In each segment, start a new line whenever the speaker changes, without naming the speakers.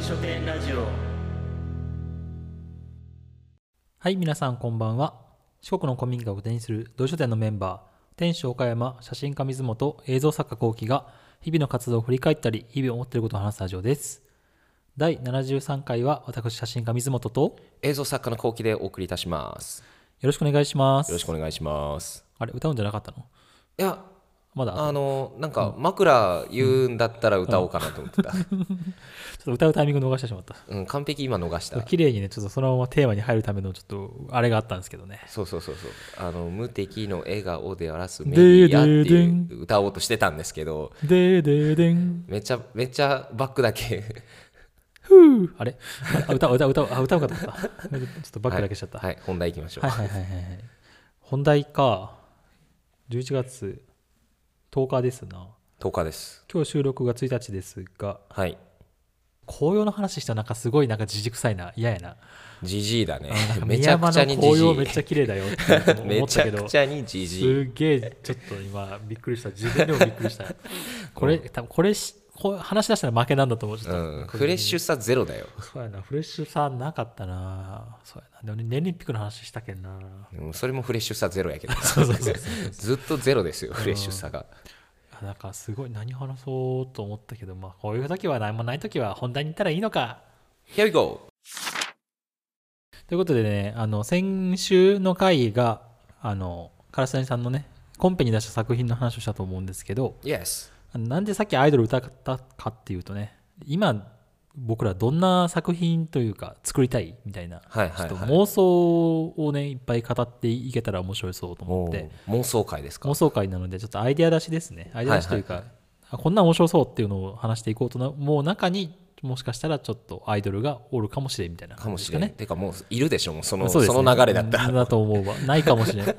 書店ラジオ
はい、皆さんこんばんは。四国の古民家を拠点にする同書店のメンバー、店主岡山、写真家水本、映像作家幸喜が、日々の活動を振り返ったり、日々思っていることを話すラジオです。第73回は、私、写真家水本と、
映像作家の後期でお送りいたします
よろしくお願いします。
よろしくお願いします
あれ、歌うんじゃなかったの
いや
まだ、
あのなんか枕言うんだったら歌おうかなと思ってた、
ちょっと歌うタイミング逃してしまった。
うん、完璧今逃した
綺麗にね、ちょっとそのままテーマに入るための、ちょっと、あれがあったんですけどね。
そうそうそうそうあの無敵の笑顔で荒らすメディアって
ででで
い
ん
う歌おうとしてたんですけど
でーでーでん。
めちゃめちゃバックだけ
ふうあれあ歌う、歌う、歌う、あ、歌うかと 思った。ちょっとバックだけしちゃった。
はい本題いきましょう、
はいはいはいはいはい。本題か。11月10日ですな。
10日です
今日収録が1日ですが、
はい
紅葉の話したらなんかすごいなんかじじくさいな、嫌やな。
ジジイだね
あなんか
めちゃくちゃに
宮
ジジ
山の紅葉めっち
イ
ゃ綺麗だよって思
め
っ
ち
た
ゃ
けど
く。ちゃにジジイ
すげえちょっと今びっくりした自分でもびっくりした これ多分これしこう話し出したら負けなんだと思うちょっと、
うん、フレッシュさゼロだよ
そうやなフレッシュさなかったなそうやなでもね年輪ピックの話したけんな
うんそれもフレッシュさゼロやけど
そうそうそう
ずっとゼロですよフレッシュさが
あなんかすごい何話そうと思ったけど、まあ、こういう時は何もない時は本題に行ったらいいのか。
Here we go!
ということでね、あの先週の回が、あの唐谷さんのね、コンペに出した作品の話をしたと思うんですけど、
Yes!
あのなんでさっきアイドル歌ったかっていうとね、今、僕らどんな作品というか、作りたいみたいな、
はいはいはい
ちょっと妄想をね、いっぱい語っていけたら面白いそうと思って。
妄想会ですか
妄想会なのでちょっとアイデア出しですねアイデア出しというか、
はいは
あこんなん面白そうっていうのを話していこうとなもう中にもしかしたらちょっとアイドルがおるかもしれんみたいな
か
感
も
じです
し
か
れない。
ね
てかもういるでしょ、もうその
う
そ,、
ですね
の流れだったら。
うんだと思うわないかも しれんこ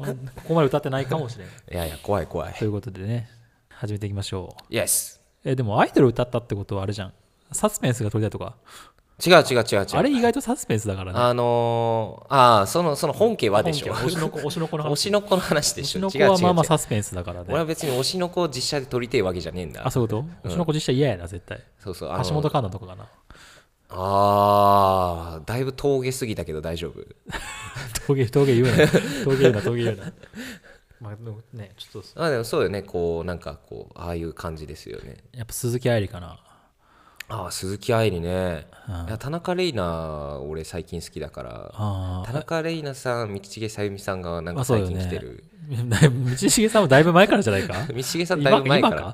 こまで歌ってないかもしれん
いやいや、怖い怖い
と。いうことでね始めていきましょう
Yes!
えでもアイドル歌ったってことはあれじゃんサスペンスが取りたいとか
違う違う違う違う。
あれ意外とサスペンスだからね
あのー、ああ、そのその本家はでしょ。
本家推しの 子推し の子の
推
話
しの子の話で
推
し
し
ょ。
の子
違う違う
はまあまあ
違う。
サスペンスだから
俺は
ね
別に推しの子を実写で撮りてえわけじゃねえんだ
あ。そういうこと推しの子実際嫌やな絶対
そうそう。あの
橋本環奈とかかな
あーだいぶ峠すぎたけど大丈夫。
峠峠言う な峠言うな峠言うなまあでもねちょっと
あでもそうよね、こう、なんかこう、ああいう感じですよね。
やっぱ鈴木愛理かな
ああ、鈴木愛理ね。
うん
いや田中玲奈、俺最近好きだから。
あ
田中玲奈さん、道重さゆみさんがなんか最近来て る。
ー 道重さんもだいぶ前からじゃな いか
道重さんだい
今
ぶ前
今
か。
か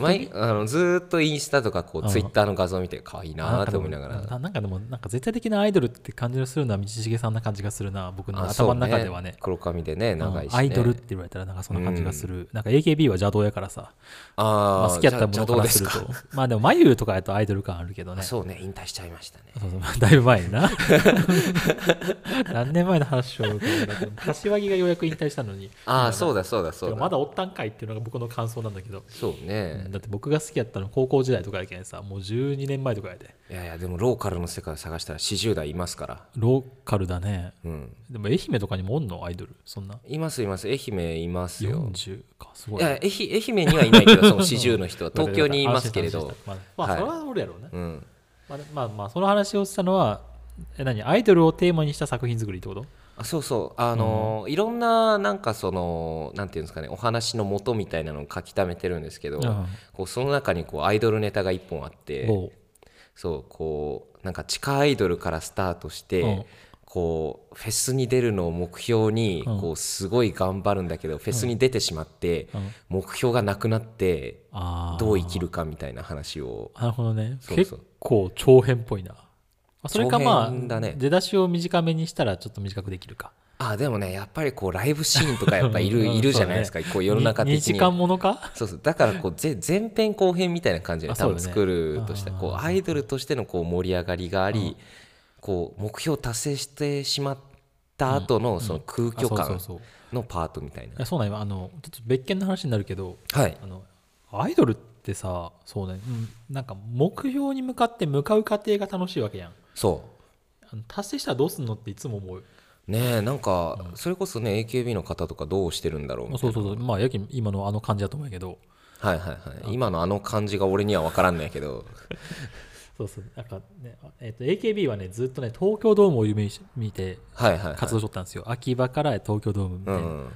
前あのずーっとインスタとかこうツイッターの画像見て可愛いなーと思いながら。
ななんかでもなんか絶対的なアイドルって感じがするのは道重さんな感じがするな僕の
あ
頭の中ではね
そう黒髪でね、長いし、ね。
うんアイドルって言われたらなんかそんな感じがする、なんか AKB は邪道やからさ、ま
あ
あ、
ー
好きやったも
じゃ
の
あ
か
どう
ら
ですす
る
か。
とまあでも眉とかやとアイドル感あるけどね
そうね、引退しちゃいましたね。
そうそうまあだいぶ前にな 何年前の話しようかな柏木がようやく引退したのに
ああ、そうだそうだそうだ。
まだおったんかいっていうのが僕の感想なんだけど
そうね。
だって僕が好きやったの高校時代とかやけんさもう12年前とかやで
いやいや、でもローカルの世界を探したら40代いますから。
ローカルだね
うん。
でも愛媛とかにもおんのアイドルそんない
ますいます。愛媛いますよ。
40かすご
い
い
や愛媛愛媛にはいないけど、その40の人 は東京にいますけれ
安
ど
心し。た安心したまあ、ま
は
あ
い
それはおるやろうね、
うん。
まあ、まあまあその話をしたのはえ何アイドルをテーマにした作品作りってこと
あそうそうあのーいろんななんかそのなんていうんですかねお話の元みたいなのを書き溜めてるんですけど、
うん
こうその中にこうアイドルネタが一本あって
おう
そうこうなんか地下アイドルからスタートして、
うん
こうフェスに出るのを目標に、
うん
こうすごい頑張るんだけどフェスに出てしまって、
うん
目標がなくなって
ああ
どう生きるかみたいな話を
なるほどね
そうそう
結構長編っぽいなあそれかま
長編
あ、
だね
出だしを短めにしたらちょっと短くできるか
あでもねやっぱりこうライブシーンとかやっぱいる,、
うん
いるじゃないですか、こう世の中的に
2時間ものか
そうそうだからこうぜ前編後編みたいな感じで
あ
多分
そうだね
作るとしたらこう
あー
アイドルとしてのこう盛り上がりがあり、こう目標達成してしまった後のその空
あ
虚
そうそう
感
そう。
のパートみたいない
やそうなんよあのちょっと別件の話になるけど
はい
あのアイドルってさそうね、うん、なんか目標に向かって向かう過程が楽しいわけやん
そ
あの達成したらどうすんのっていつも思う
うねえなんかそれこそね AKB の方とかどうしてるんだろう
まあ
み
そ
たいうな
そうそうまあやけん今のあの感じだと思うんやけど
はいはいはい今のあの感じが俺には分からんないけど
そうそうなんかね、えっと AKB はねずっとね東京ドームを夢にし見て
はいはい、はい、
活動しとったんですよ、秋葉から東京ドームみた
う
いな、
ん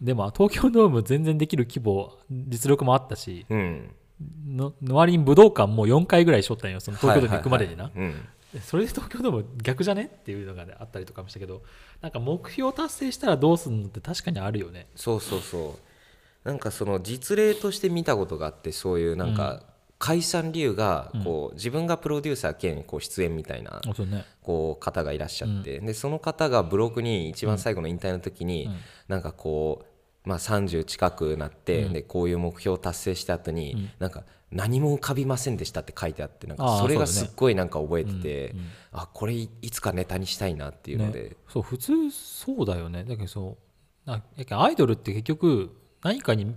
でも東京ドーム全然できる規模実力もあったし
うん
のの割に武道館も4回ぐらいしとったんよその東京ドーム行くまでにな、
はいはいはいうん
それで東京ドーム逆じゃねっていうのが、ね、あったりとかもしたけどなんか目標達成したらどうするのって確かにあるよね
そうそうそうなんかその実例として見たことがあってそういうなんか解散理由がこう自分がプロデューサー兼こう出演みたいな
そうね
こう方がいらっしゃって、でその方がブログに一番最後の引退の時に、なんかこう、まあ、30近くなって、でこういう目標を達成した後に、なんか何も浮かびませんでしたって書いてあってなん
あ
か
あ
それが
そうだ
す
ね
っごいなんか覚えてて、あこれいいつかネタにしたいなっていうので、
ねそう普通そうだよねだけどそうなやけんアイドルって結局何かに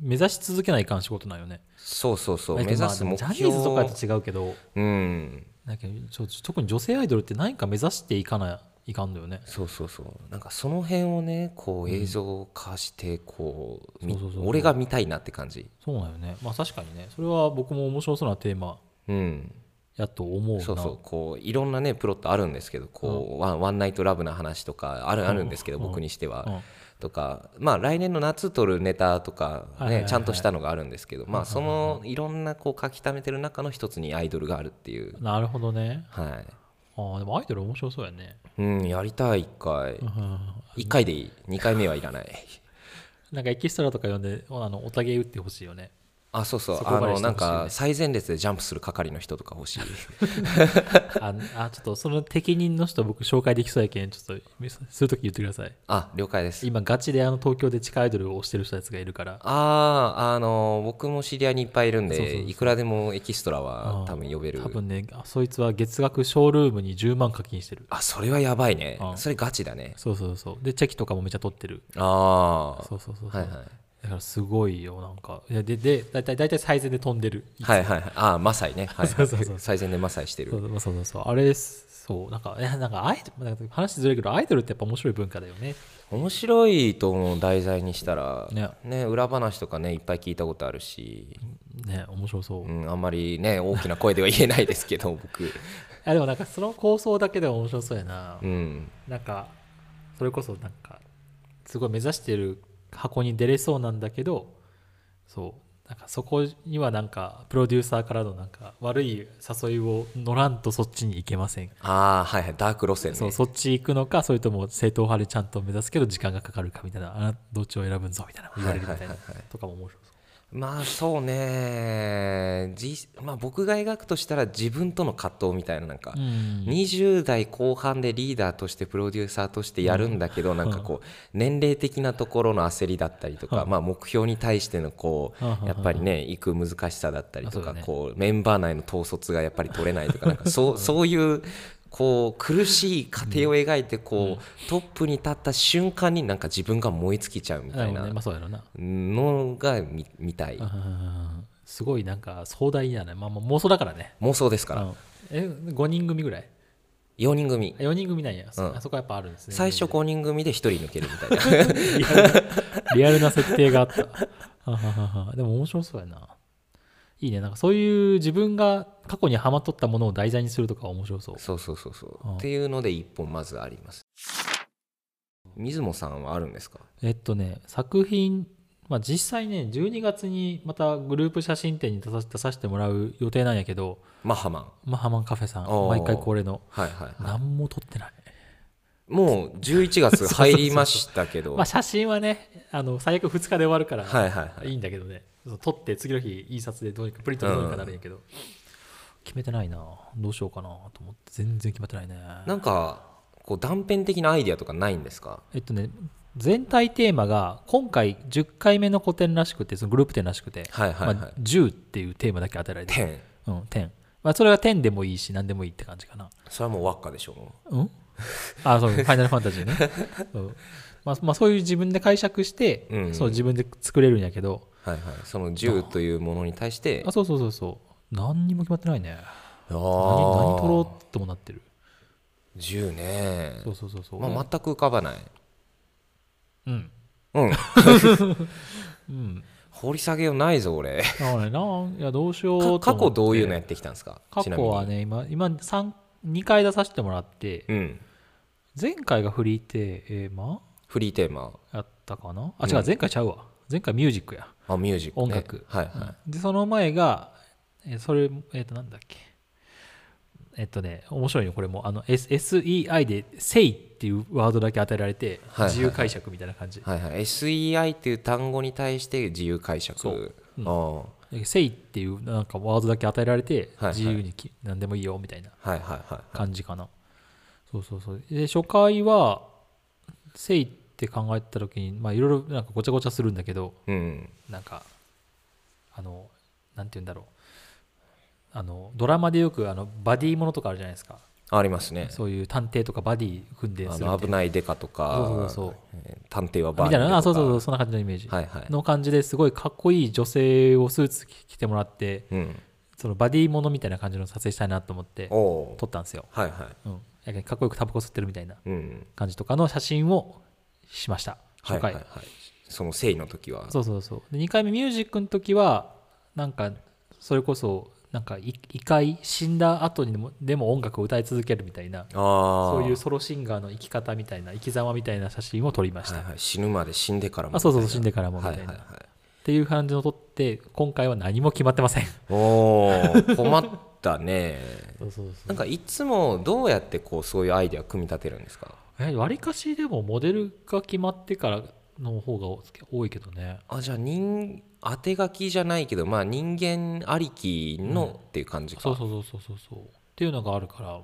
目指し続けないかん仕事なんよね
そうそうそう
だ
目
け
指
どまあ
す目
ジ
標
ャニーズとかと違うけど
うん
だけどそう特に女性アイドルって何か目指していかないかんだよね
そうそうそうなんかその辺をねこう映像化してこう,み、
そうそうそうそう
俺が見たいなって感じ
そうなんよねまあ確かにねそれは僕も面白そうなテーマ
うん
やと思うな
そうそうこういろんなねプロットあるんですけどこう、ワンワンナイトラブな話とかあるあるんですけど、
うん
僕にしては、
うん
とかまあ来年の夏撮るネタとかね、
はいはいはい
ちゃんとしたのがあるんですけど、まあそのいろんなこう書き溜めてる中の一つにアイドルがあるっていう、
なるほどね
はい
あーでもアイドル面白そうやね
うん、やりたい一回
うん
一回でいい二回目はいらない
なんかエキストラとか呼んであのおたげ打ってほしいよね
あそうそう
そこま
あ
でしてほ
の
しいね
なんか最前列でジャンプする係の人とか欲 しい
ああちょっとその適任の人僕紹介できそうやけんちょっとするとき言ってください
あ了解です
今ガチであの東京で地下アイドルを推してる人たちがいるから
あああの僕も知り合いにいっぱいいるんで
そうそうそう
いくらでもエキストラ
う
は
ん
多分呼べる
多分ねあそいつは月額ショールームに10万課金してる
あそれはやばいね
うん
それガチだね
そうそうそうでチェキとかもめっちゃ取ってる
ああ
そうそうそうそう、
はいはい
だからすごいよなんかいやでで大体大体最善で飛んでる
はいはいはいああマサイ ねはいは
そうそうそ
い最前でマサイして
そ
る
うそうそうそうあれですそうなんかいやなんかアイドルなんか話ずれるけどアイドルってやっぱ面白い文化だよね
面白いと思う題材にしたら
ね
ね裏話とかねいっぱい聞いたことあるし
ね面白そう、
う
い
んあんまりね大きな声では言えないですけど僕
やでもなんかその構想だけでも面白そうやな、
うん
なんかそれこそなんかすごい目指してる箱に出れそうなんだけどそうなんかそこにはなんかプロデューサーからのなんか悪い誘いを乗らんとそっちに行けません
ああはいはいダーク路線
そう
ね
そっち行くのかそれとも正統派でちゃんと目指すけど時間がかかるかみたいなあなどっちを選ぶんぞみたいな言われるみたいな
はいはいはいはい
とかも面白そう
まあそうねじまあ僕が描くとしたら自分との葛藤みたいななんか、
うん
20代後半でリーダーとしてプロデューサーとしてやるんだけど、なんかこう年齢的なところの焦りだったりとか、まあ、目標に対してのこう、
うんうんうん
やっぱりね行く難しさだったりと
あそ
か、
うだね
こうメンバー内の統率がやっぱり取れないとかなんかそう そういうこう苦しい過程を描いてこう、トップに立った瞬間になんか自分が燃え尽きちゃうみたい
なるほど
な
ねまあそうやろうな
のが見見たい
うんすごいなんか壮大やね、まあ、まあ妄想だからね
妄想ですから、
うんえ5人組ぐらい
4人組
4人組なんや、そ
うん
あそこはやっぱあるんですね
最初5人組で1人抜けるみたいな。
リアルなリアルな設定があったははははでも面白そうやないいねなんかそういう自分が過去にハマっとったものを題材にするとか面白そう
そうそうそうそう
ああ
っていうので一本まずあります水野さんはあるんですか
えっとね作品、まあ、実際ね12月にまたグループ写真展に出さ出させてもらう予定なんやけど
マハマン
マハマンカフェさん
おー
毎回恒例の
はいはい、は
何も撮ってない
い、もう11月入りましたけど
まあ写真はねあの最悪2日で終わるから、
はいはいはい
いいんだけどね、そう撮って次の日印刷でどうにかプリントでどうにかなるんやけど、決めてないなどうしようかなと思って全然決まってないね
なんかこう断片的なアイディアとかないんですか
えっとね全体テーマが今回10回目の個展らしくてそのグループ展らしくて、
はいはいはい、
まあ、10っていうテーマだけ与えられて
点
うん、点。まあ、それは点でもいいし、何でもいいって感じかな。
それはもう輪っかでしょも
うんあ、 そう、ファイナルファンタジーね。そうまあ、まあ、そういう自分で解釈して、
うん
そう、自分で作れるんやけど、
うはいはいその10というものに対して
あ、そうそうそうそう。何にも決まってないね。
あ何
何何取ろうともなってる。
10ね
そうそうそうそう。
まあ、全く浮かばない
うん。
うん
うん。
掘り下げようないぞ俺
だからねなんいやどうしようと思
か
って
過去どういうのやってきたんですか
過
ちな
去
みに
はね今今三2回出させてもらって
うん
前回がフリーテーマ
フリーテーマ
やったかなあ
うん
違う前回ちゃうわ前回ミュージックや
あミュージック、ね、
音楽
はいは
でその前がえーそれえっ、となんだっけえっ、とね面白いよこれもあの S- SEI で「セイ」っていうワードだけ与えられて
はいはいはい
自由解釈みたいな感じ、
い、はいはい、SEI っていう単語に対して自由解釈
そううん
ああは
セイっていうなんかワードだけ与えられて
はいはい
自由にき何でもいいよみたいない
はいはいはい
感じかな、そうそうそうで初回はセイって考えた時にまあいろいろなんかごちゃごちゃするんだけど
うん
なんかあのなんて言うんだろうあのドラマでよくあのバディものとかあるじゃないですか
ありますね
そういう探偵とかバディ組んでする
あ
み
の
た
危ないデカとか
そうそうそう
えー探偵はバー
いなあそうそうそううそんな感じのイメージ
はいはい
の感じですごいかっこいい女性をスーツ着てもらって
うん
そのバディものみたいな感じの撮影したいなと思って
おお
撮ったんですよ、
はいは
うん、やけんかっこよくタバコ吸ってるみたいない
うん
感じとかの写真をしました
は
初
いは
回、
いはいその誠意の時は
そうそうそうで2回目ミュージックの時はなんかそれこそなんかい異界死んだ後にでもでも音楽を歌い続けるみたいな
ああ
そういう
は
ソロシンガーの生き方みたいな生き様みたいな写真を撮りました、
いはい死ぬまで死んでからも
あそうそうそう死んでからもみた
はいい
な、
はいはい
っていう感じの撮って今回は何も決まってません
おお困った ね
そうそうそ
なんかいつもどうやってこうそういうアイデア組み立てるんですか
え割かしでもモデルが決まってからの方が多いけどね
あじゃあ人当て書きじゃないけどまあ人間ありきのっていう感じか、
そうそうそうそうそうそうっていうのがあるから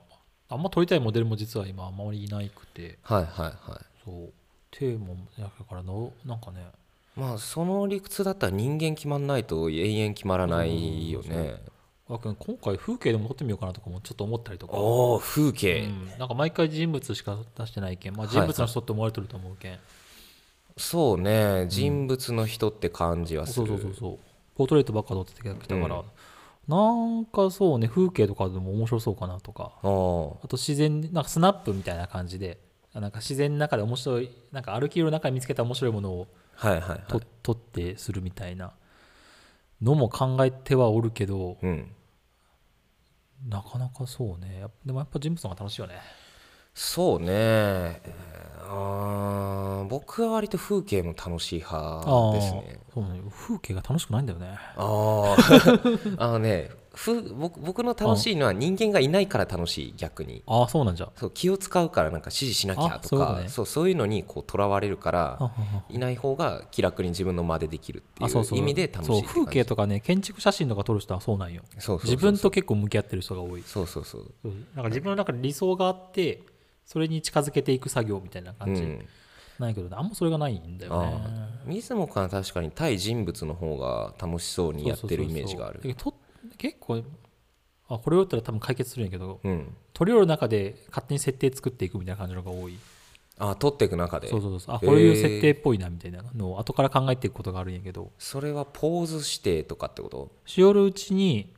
あんま撮りたいモデルも実は今あんまりいなくて
はいはいはい
そうテーマもだからのなんかね
まあその理屈だったら人間決まんないと永遠決まらないよね
あくん今回風景でも撮ってみようかなとかもちょっと思ったりとか、
おお風
う
景、
ん、なんか毎回人物しか出してないけん、まあ、人物の人って思われてると思うけん、
そうね人物の人って感じはす
そう
る、
そうそうそうポートレートばっか撮ってきたから、なんかそうね風景とかでも面白そうかなとか
おー
あと自然なんかスナップみたいな感じであなんか自然の中で面白いなんか歩きの中で見つけた面白いものを
はいはいはい
と、撮ってするみたいなのも考えてはおるけど
うん、
なかなかそうねやっぱでもやっぱ人物の方が楽しいよね
そうねえーあー僕は割と風景も楽しい派
ー
ですね
そうね風景が楽しくないんだよね
あー あのねふ僕僕の楽しいのは人間がいないから楽しい逆に
ああそうなんじゃ
そう気を使うからなんか指示しなきゃ
あ
と
そういうこ
か
とね
そうそういうのにこうとらわれるから
ああ
いない方が気楽に自分の間でできるってい
あそうそう
う意味で楽しいって
そう
感
風
じ
景とかね建築写真とか撮る人はそうなんよ
そうそうそう
自分と結構向き合ってる人が多い
そうそうそう
そうなんか自分の中で理想があってそれに近づけていく作業みたいな
う
感じ、
ん
ないけどねあんまそれがないんだよね
あー水野君は確かに対人物の方が楽しそうにやってるイメージがあ
そ
る
うそうそうと結構あこれをやったら多分解決するんやけど
うん
撮り寄る中で勝手に設定作っていくみたいな感じのが多い
あ撮っていく中で
そうそうそうあ
へー
こういう設定っぽいなみたいなのを後から考えていくことがあるんやけど
それはポーズ指定とかってこと
しよるうちに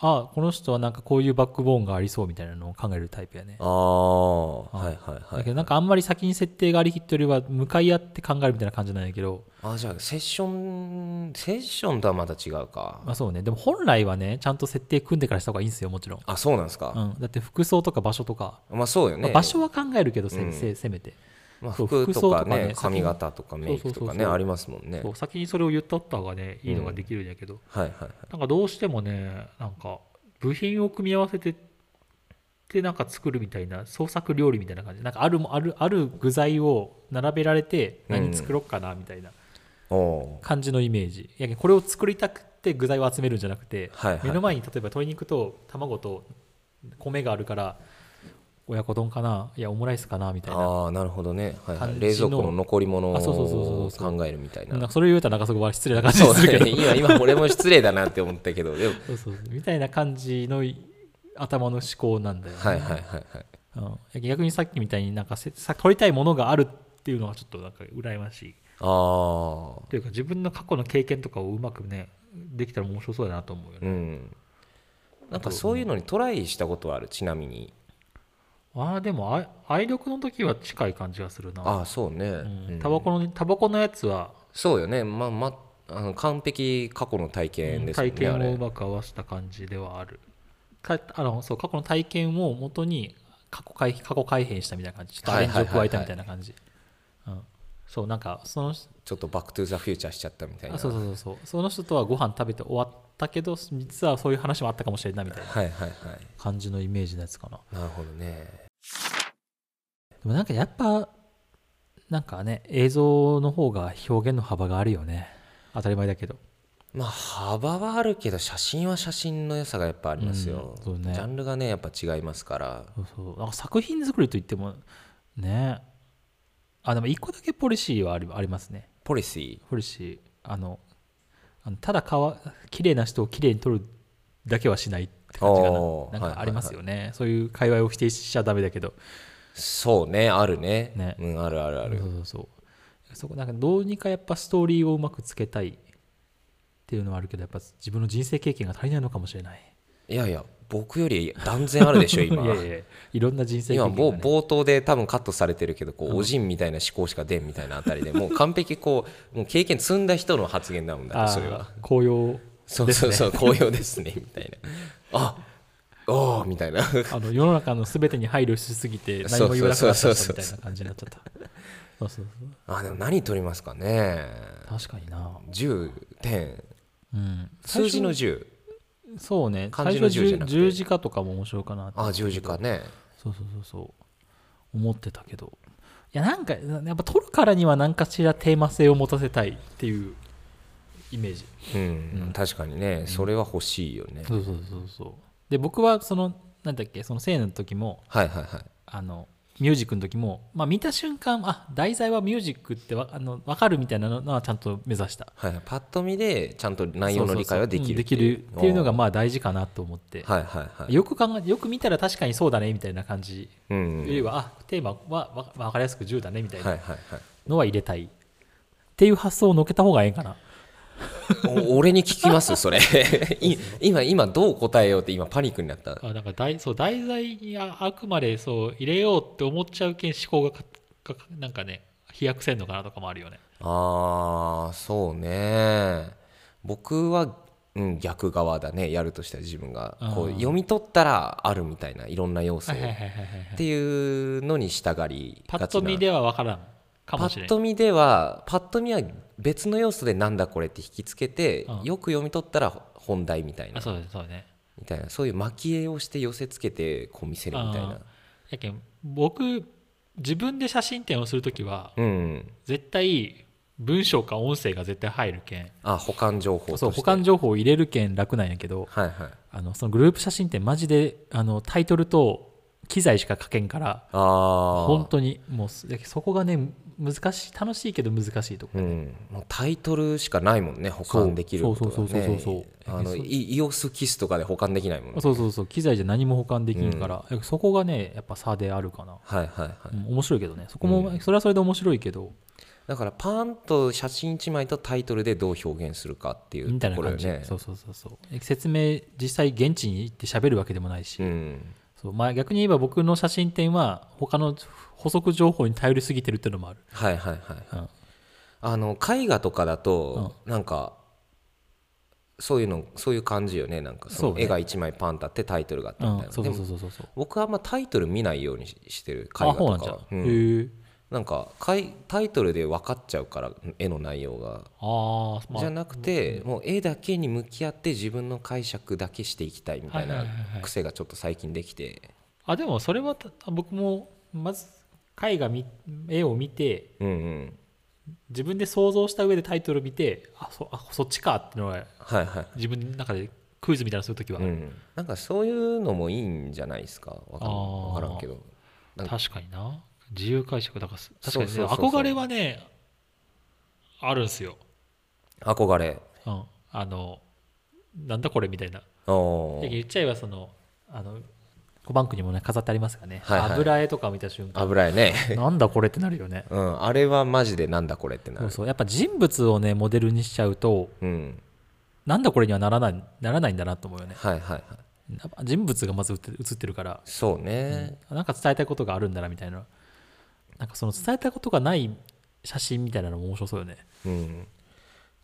あこの人はなんかこういうバックボーンがありそうみたいなのを考えるタイプやね
ああはいはいは
だけ
い
どなんかあんまり先に設定がありきってよりは向かい合って考えるみたいな感じなんやけど
あじゃあセッションセッションとはまた違うか
まあそうねでも本来はねちゃんと設定組んでからした方がいいんですよもちろん、
あそうなんですか
うん、だって服装とか場所とか、
まあそうよ
まあ
ね
場所は考えるけどせ,せ、せめて
まあ
そう
服
服
と
装
か
とかね
ね髪型とかメイク
そうそ
と
う
か
そう
ね
そう
ありますもんね
そう先にそれを言ったった方がねいいのができるんやけど、
はいはいはい
なんかどうしてもねなんか部品を組み合わせてってなんか作るみたいな創作料理みたいな感じなんかあるもあるある具材を並べられて何作ろうかなみたいな
おお
感じのイメージ、いやこれを作りたくて具材を集めるんじゃなくて、
はいはい
目の前に例えば鶏肉と卵と米があるから親子丼かないやオムライスかなみたいな
ああなるほどね、はいはい
感じの
冷蔵庫の残り物
あそうそうそう
を
そうそ
考えるみたい
なん
な
かそれを言うたらなんかすごい失礼な感じ
そ
が
う
するけど
ね今今俺も失礼だなって思ったけどでも
そうそうみたいな感じのい頭の思考なんだよね、
はいはいはいはい
うん、逆にさっきみたいになんかせさ取りたいものがあるっていうのはちょっとなんか羨ましい
ああ
というか自分の過去の経験とかをうまくねできたら面白そうだなと思うよね、
うんなんかそういうのにトライしたことはあるちなみに
ああでもあい愛読の時は近い感じがするな
ああそうね、
うん
うん
タバコのタバコのやつは
そうよねまあまあの完璧過去の体験ですよね、
体験
あ
をう
れ
まく合わせた感じではあるかあのそう過去の体験をもとに過去改過去改変したみたいな感じちょっとアレンジを加えたみたいな感じうんそうなんかその
ちょっとバック・トゥ・ザ・フューチャーしちゃったみたいな
あそうそうそうそうその人とはご飯食べて終わったけど実はそういう話もあったかもしれないみたいな
はいはいは
感じのイメージのやつかない
なるほどね
でもなんかやっぱなんかね映像の方が表現の幅があるよね当たり前だけど
まあ幅はあるけど写真は写真の良さがやっぱありますよ、
うんそうね
ジャンルがねやっぱ違いますから
そうそうなんか作品作りといってもねあでも一個だけポリシーはありありますね
ポリシ
ポリシーあのあのただかわ綺麗な人を綺麗に撮るだけはしないって感じかな
おー
なんかありますよね、そういう界隈を否定しちゃダメだけど
ーそうねあるね
ね
うん、あるあるある、
そうそうそうそこなんかどうにかやっぱストーリーをうまくつけたいっていうのはあるけどやっぱ自分の人生経験が足りないのかもしれない
いやいや僕より断然あるでしょ 今
いやいやいやいろんな人生経
今
験が、ね、
もう冒頭で多分カットされてるけどこうおじんみたいな思考しか出んみたいなあたりでもう完璧こうもう経験積んだ人の発言だもんだ
あ
っ
ー
てそれは
紅葉
そうそうそう紅葉ですねみたい なあおーみたいな
あの世の中の全てに配慮しすぎて何も言わなくなっちゃったみたいな感じになっちゃった。そうそうそ
あでも何取りますかね
う確かにな。
10点
うん、
数字の
最
10
初そうね
漢字
最
の
初
十じゃなくて
十字架とかも面白いかなって
あ十字架ね
そうそうそうそう思ってたけどいやなんかやっぱ撮るからには何かしらテーマ性を持たせたいっていうイメージ
うん、確かにねそれは欲しいよね、
そうそうそうそうで僕はそのなんだっけその生の時も
はいはいはい
あのミュージックの時も、まあ、見た瞬間あ題材はミュージックってわあの分かるみたいなのはちゃんと目指した
はいはい、パッと見でちゃんと内容の理解はできる
そうそうそううんできるっていうのが
ま
まあ大事かなと思って、
はいはいはい
よく考えよく見たら確かにそうだねみたいな感じ
うん、は
よ
い
りは、あテーマはわ分かりやすく10だねみたい
は
ない
はい
のは入れたい、っていう発想をのけた方がええんかな
お 俺に聞きますそれい今今どう答えようって今パニックになった
あなんか題そう題材にああくまでそう入れようって思っちゃうけん思考がかかかなんかね飛躍せんのかなとかもあるよね
あーそうね僕は、うん、逆側だねやるとしたら自分がこ
う
うん読み取ったらあるみたいないろんな要素を
はいはいは
っ
いはいはい
ていうのに従り
パ
がちな
ッと見では分からんか
パ
もしれ
ッ
ん
と見ではパッと見は別の要素でなんだこれって引きつけて、
うん
よく読み取ったら本題みたいな
あそうだねそうだね
みたいなそういう蒔絵をして寄せつけてこう見せるみたい
あー
な
やけん僕自分で写真展をするときは
うん
絶対文章か音声が絶対入るけん
あ保管情報として
そう保管情報を入れるけん楽なんやけど
はいはい
あのそのグループ写真展マジであのタイトルと機材しか書けんから
ああ
本当にもうすやけんそこがね難しい楽しいけど難しいとこ
うん、もうタイトルしかないもんね保管できること
そうそうそうそうそうそう
あの
そう
イイオスキスとかで保管できないもんね
そうそうそう機材じゃ何も保管できんから、やけんそこがねやっぱ差であるかな、
はいはいはい、
うん面白いけどねそこも、それはそれで面白いけど
だからパーンと写真1枚とタイトルでどう表現するかっていう
みた
と
いな
ころよ
感じ、
ね
そうそうそうそうえ説明実際現地に行って喋るわけでもないし、
うん
そうまあ、逆に言えば僕の写真展は他の補足情報に頼りすぎてるっていうのもある、
はいはいはい
うん
あの絵画とかだと、なんかそういうのそういう感じよねなんかそ
そう
の
ね
絵が1枚パン立ってタイトルがあってみたいな、
うん、そう
で
そう
も
そうそうそうそう
僕はあんまタイトル見ないようにししてる絵
あ
画
そう
と
なんじ
か
ゃ
は
ん、
うん
へえ
なんかかいタイトルで分かっちゃうから絵の内容が、
ああまあ
じゃなくてもう絵だけに向き合って自分の解釈だけしていきたいみたい
は
ない
はいはいはい
癖がちょっと最近できて、
あでもそれはた僕もまず絵画見絵を見て
うんうん
自分で想像した上でタイトル見てあそあそっちかってのは
はいはい、
自分の中でクイズみたいなのするときは、
うん、なんかそういうのもいいんじゃないですか分か
あ
ん
ー
わからんけどなん
確かにな自由解釈だからす確かにね
そうそうそうそう
憧れはねあるんすよ、
憧れ
うん、あのなんだこれみたいな
おー
言っちゃえばそのあの小バンクにもね飾ってありますがね、
はいはい
油絵とか見た瞬間
油絵ね
なんだこれってなるよね
うんあれはマジでなんだこれってな
そ
る
うそうやっぱ人物をねモデルにしちゃうと
うん
なんだこれにはならないならないんだなと思うよね
はいはいはい
やっぱ人物がまず映って映ってるから
そうね、
なんか伝えたいことがあるんだなみたいななんかその伝えたことがない写真みたいなのも面白そうよね
うん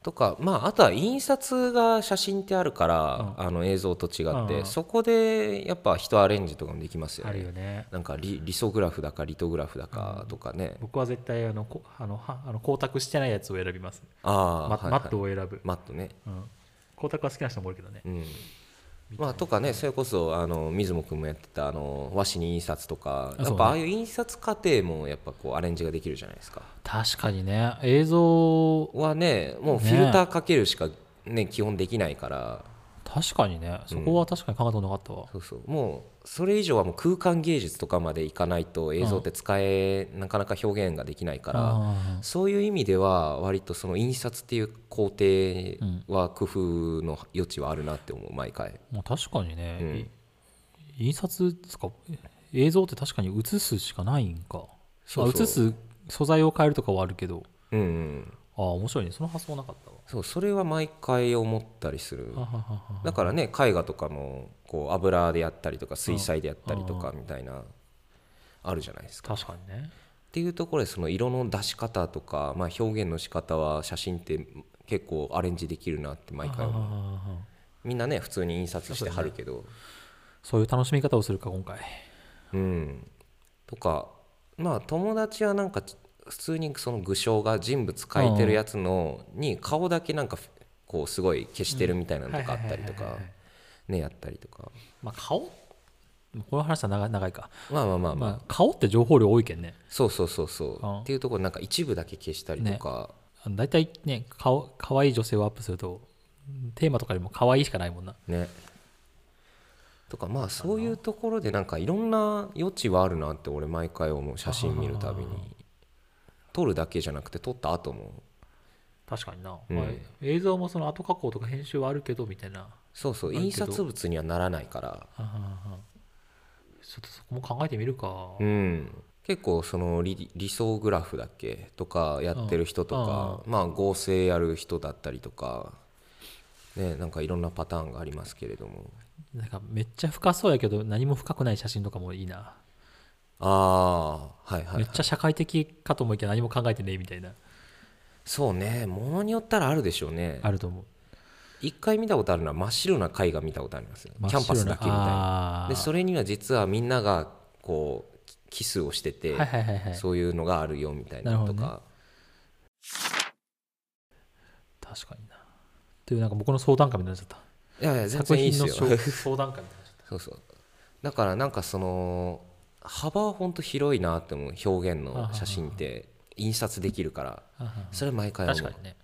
とか、まあ、あとは印刷が写真ってあるから、あの映像と違って、
うん
そこでやっぱ人アレンジとかもできますよ
ある
ね
よね
なんかリリソグラフだかリトグラフだかとかね、
僕は絶対あのこあのはあの光沢してないやつを選びます、
ああ、は
マ
いはい
マットを選ぶ、
マットね
うん、光沢は好きな人も多いけどね
うんまあ、とかねそれこそあの水野君もやってたあの和紙に印刷とか
あ
や
そ
っ
うね
ぱああいう印刷過程もやっぱこうアレンジができるじゃないですか。
確かにね映像
はねもう
ね
フィルターかけるしか、ね、基本できないから
確かにねそこは確かに考えたことなかったわ、
そうそうもうそれ以上はもう空間芸術とかまでいかないと映像って使え、なかなか表現ができないから、
あ
そういう意味では割とその印刷っていう工程は工夫の余地はあるなって思う毎回。
ーもう確かに
う
ね
ん、
い印刷ですか映像って確かに映すしかないんか
そうそう
あ映す素材を変えるとかはあるけど
うんうん
ああ面白いねその発想なかったわ
そうそれは毎回思ったりする
はははは
だからね絵画とかもこう油でやったりとか水彩でやったりとかみたいなあるじゃないですか。
確かに
っ
ね
ていうところでその色の出し方とか、まあ、表現の仕方は写真って結構アレンジできるなって毎回思う
ああ
みんなね普通に印刷して貼るけど
そういう楽しみ方をするか今回
うん、とかまあ友達はなんかち普通にその具象が人物描いてるやつのに顔だけなんかふこうすごい消してるみたいなのとかあったりと
はい
か
はいはいはいはい
ねやったりとか
まあ顔この話は長い長いか、
まあまあまあまあ
まあ、顔って情報量多いけんね
そうそうそうそう
うん
っていうところなんか一部だけ消したりとか
あの大体ね顔可愛い女性をアップするとうんテーマとかよりも可愛いしかないもんな
ねとかまあそういうところでなんかいろんな余地はあるなって俺毎回思う写真見るたびに撮るだけじゃなくて撮った後も
確かにな、
うん
まあ映像もその後加工とか編集はあるけどみたいな
そうそう
あるけど
印刷物にはならないから
はははちょっとそこも考えてみるか、
うん、結構その理理想グラフだっけとかやってる人とか、まあ、合成やる人だったりとか、ね、なんかいろんなパターンがありますけれども
なんかめっちゃ深そうやけど何も深くない写真とかもいいな、
ああはいはい、
めっちゃ社会的かと思いきや何も考えてねえみたいな
そうねものによったらあるでしょうね
あると思う
一回見たことあるのは真っ白な絵画見たことありますキ
真っ
ャンパスだけみたいな
白
でそれには実はみんながこうキスをしてて、
あーはいはいはいはい
そういうのがあるよみたいなのと
な
か、
確かになというなんか僕の相談会みたいになっちゃっ
いやいや
た
全然いいですよ
作品の相談会みたいになっちゃった
そうそうだからなんかその幅は本当広いなって思う表現の写真って印刷できるから それは毎回思
確
う
かにね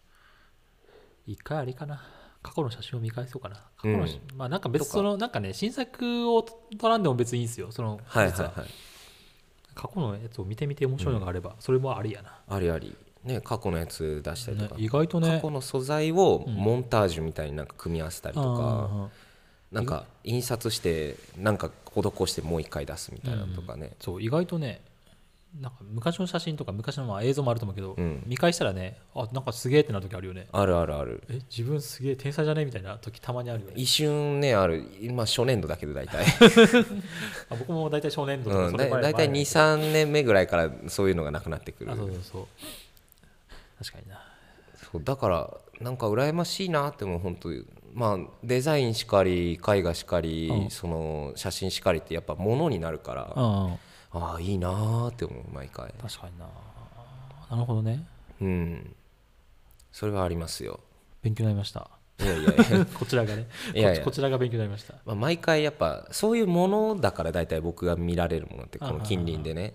一回あれかな過去の写真を見返そうかな過去のし、まあなんか別に
とか
そのなんかね新作を撮らんでも別にいいんですよその実は,、
はいはいはい
過去のやつを見てみて面白いのがあれば、それもありやな、
ありありね過去のやつ出したりとか、
ね意外とね
過去の素材をモンタージュみたいになんか組み合わせたりと
うんうん
か、
うん
なんか印刷してなんか施してもう一回出すみたいなのとかね、
そう意外とねなんか昔の写真とか昔のまあ映像もあると思うけど、
うん
見返したらねあなんかすげえってなる時あるよね
あるあるある
え自分すげえ天才じゃねみたいな時たまにあるよね
一瞬ねあるまあ初年度だけど大 体、
あ僕も大体少年度とか
うん、
それ
だ
ぐらい
大体23年目ぐらいからそういうのがなくなってくる
あそうそうそう確かにな
そうだからなんか羨ましいなってもう本当にまあデザインしかり絵画しかり、
うん
その写真しかりってやっぱものになるから、あ
うん、
あいいなって思う毎回
確かにななるほどね
うんそれはありますよ
勉強になりました
いやいやいや
こちらがね
いやいや
こっちこちらが勉強になりました
まあ毎回やっぱそういうものだから大体僕が見られるものってこの近隣でね、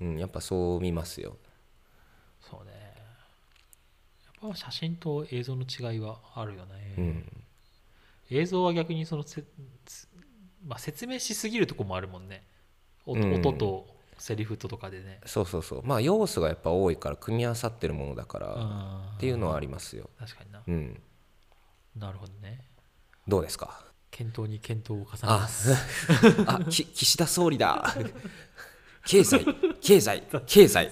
うん
うん、やっぱそう見ますよ
そうねやっぱ写真と映像の違いはあるよね、
うん
映像は逆にそのせ、つまあ、説明しすぎるとこもあるもんねお
うん
音とセリフととかでね、
そうそうそうまあ要素がやっぱ多いから組み合わさってるものだから、
う
っ
ん、
ていうのはありますよ
確かにな
うん
なるほどね
どうですか
検討に検討を重ね
あ
ます
すあき岸田総理だ経済経済経 済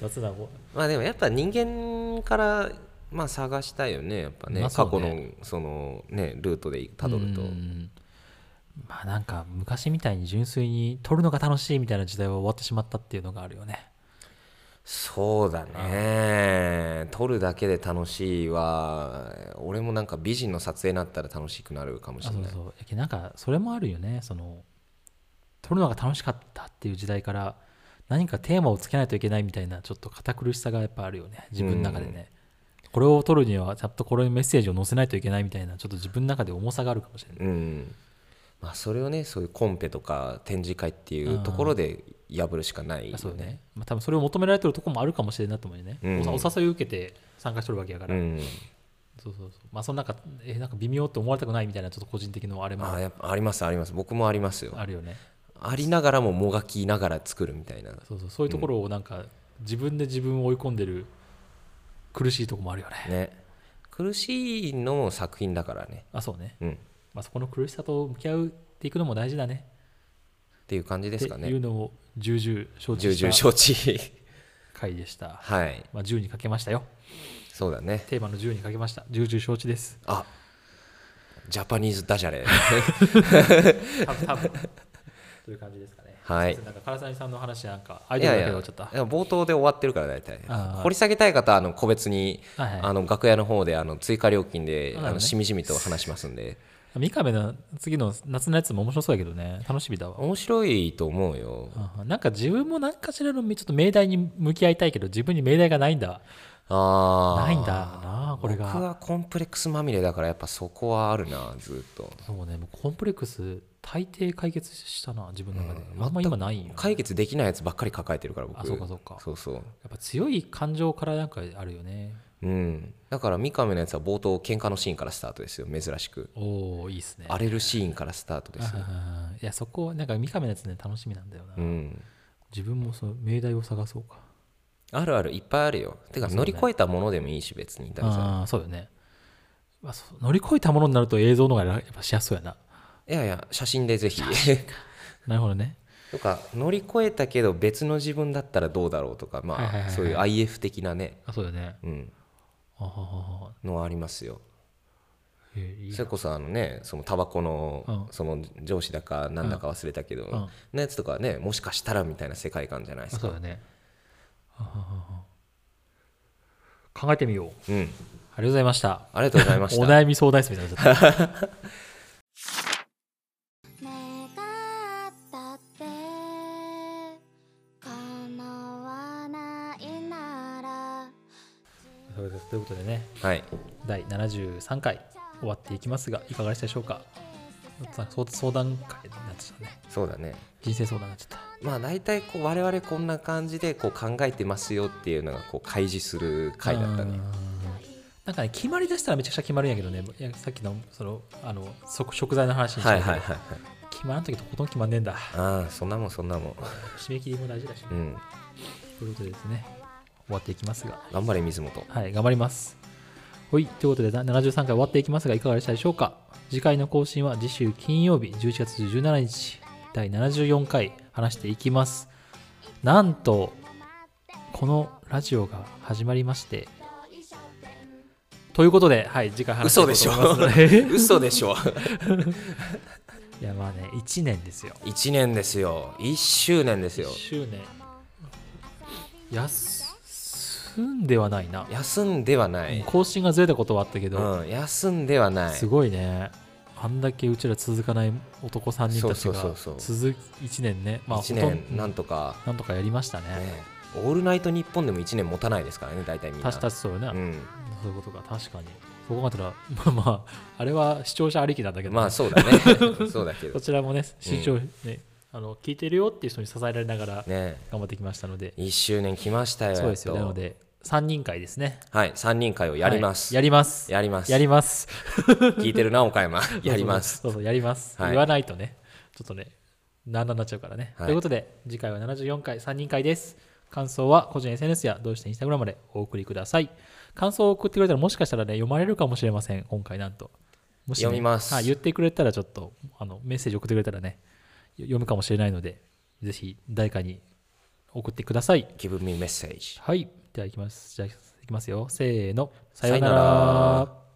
雑なも
まあでもやっぱ人間からまあ探したいよねやっぱね,、
まあそう
過去
ね
のそのねルートでたどると
うんまあなんか昔みたいに純粋に撮るのが楽しいみたいな時代は終わってしまったっていうのがあるよね
そうだね撮るだけで楽しいは俺もなんか美人の撮影になったら楽しくなるかもし
あ
れ
そう
ない
そうやけなんかそれもあるよねその撮るのが楽しかったっていう時代から何かテーマをつけないといけないみたいなちょっと堅苦しさがやっぱあるよね自分の中でね、これを撮るにはちゃんとこれにメッセージを載せないといけないみたいなちょっと自分の中で重さがあるかもしれない、
うんまあ、それをねそういうコンペとか展示会っていうところで破るしかないよ
あそうだね、まあ、多分それを求められてるとこもあるかもしれんないと思うよね、
うん
おお誘いを受けて参加しとるわけやから、
うん、
そうそうそうまあその中えなんか微妙って思われたくないみたいなちょっと個人的なあれも
あ
あ
ーやっぱありますあります僕もありますよ
るよね
ありながらももがきながら作るみたいな
そうそうそういうところをなんか自分で自分を追い込んでる苦しいとこもあるよね
ね苦しいのも作品だからね
あそうね、
うんっ
まあ、そこの苦しさと向き合うっていくのも大事だね
ていう感じですか
ってい
ね
うのを重々承
重
知
々
した
承知
回でした、
はい
まあ、10にかけましたよ
そうだね
テーマの10にかけました重々承知です
あジャパニーズダジ ャレ
多分多 分という感じですかね
はい
なんか唐沢さんの話なんかアイドルだけどちょっと
いや冒頭で終わってるから大体
あー
掘り下げたい方はあの個別に
はいはい
あの楽屋の方であの追加料金で
そうだね
あのしみじみと話しますん で
三上の次の夏のやつも面白そうやけどね楽しみだわ
面白いと思うよ
うんなんか自分も何かしらのちょっと命題に向き合いたいけど自分に命題がないんだ
ああ
ないんだなこれ
僕
が
はコンプレックスまみれだからやっぱそこはあるなずっと
そうねもうコンプレックス大抵解決したな自分の中で、あんま今ないよ
解決できないやつばっかり抱えてるから僕
あそうかそうか
そうそう
やっぱ強い感情からなんかあるよね
うんだから三上のやつは冒頭喧嘩のシーンからスタートですよ珍しく
おおいいっすね
荒れるシーンからスタートですよ
あーいやそこなんか三上のやつね楽しみなんだよな、
うん
自分もその命題を探そうか
あるあるいっぱいあるよてか乗り越えたものでもいいし別に大丈
ああーそうよね、まあ、そう乗り越えたものになると映像の方がやっぱしやすそうや な
夫いやいや写真でぜ ひ
なるほどね
とか乗り越えたけど別の自分だったらどうだろうとか
はいはいはい
ま
は
あ
い
そういう IF 的なね
あそうだね
うん
あははは
のはありますよ
へーいい
それこそあのねそのタバコの
うん
その上司だかなんだか忘れたけど
ん
のやつとかはねもしかしたらみたいな世界観じゃないで
あ
す
そう
か
だねはははは考えてみよう
うん
ありがとうございました
ありがとうございまし
お
た
悩み相談室みたいになっちゃった
願ったって叶わないなら
そういうことということでね
はい
第73回終わっていきますがいかがでしたでしょうかさ相相談会になっちゃったね
そうだね
人生相談になっちゃっ
まあ大体こう我々こんな感じでこう考えてますよっていうのがこう開示する
た
回だった
う
ね
んなんかね決まりだしたらめちゃくちゃ決まるんやけどねいやさっきのそのあのそ食材の話にし
は
たけ
い
ど
はいはいはい
決まらん時とことん決まんねえんだ
ああそんなもんそんなもん
締め切りも大事だし、ね
うん
ということでですね終わっていきますが
頑張れ水本
はい、頑張ります。はい、ということでな73回終わっていきますが、いかがでしたでしょうか次回の更新は次週金曜日11月17日、第74回話していきます。なんと、このラジオが始まりまして、ということで、はい、次回話していこうと思いますので
嘘でしょ
いや、まあね、1年ですよ。
1年ですよ1周年ですよ
1周年。休んではないな。
休んではない、
更新がずれたことはあったけど、
うん、休んではない
すごいねあんだけうちら続かない男3人たち
そう
が
そうそうそう
続き1年ねまあ
1
ほと
年
ど
なんとか、
なんとかやりましたね
ねオールナイト日本でも1年持たないですからね大体みんな
たしたちそうよね、
うん、
そういうことが確かにそこまでら まあまああれは視聴者ありきなんだけどね、
まあそうだ ねそうだけ
こ
ど
ちらもね視聴、ねあの聞いてるよっていう人に支えられながら
ね
頑張ってきましたので、
1周年来ましたよ
そうですよ
や
な
っと
ので3人会ですね
はい3人会をやります、
はいやります
やります
やります
聞いてるな岡 山やります
そうそうそうそうやります、
はい
言わないとねちょっとねなんなんなっちゃうからね、
はい
ということで次回は74回3人会です感想は個人 SNS や同してインスタグラムまでお送りください感想を送ってくれたらもしかしたらね読まれるかもしれません今回なんともね
読みます
はい言ってくれたらちょっとあのメッセージ送ってくれたらねよ読むかもしれないのでぜひ誰かに送ってください
Give me message
はいでは行きますじゃあ行きますよせーのさよう
さような
なら
ら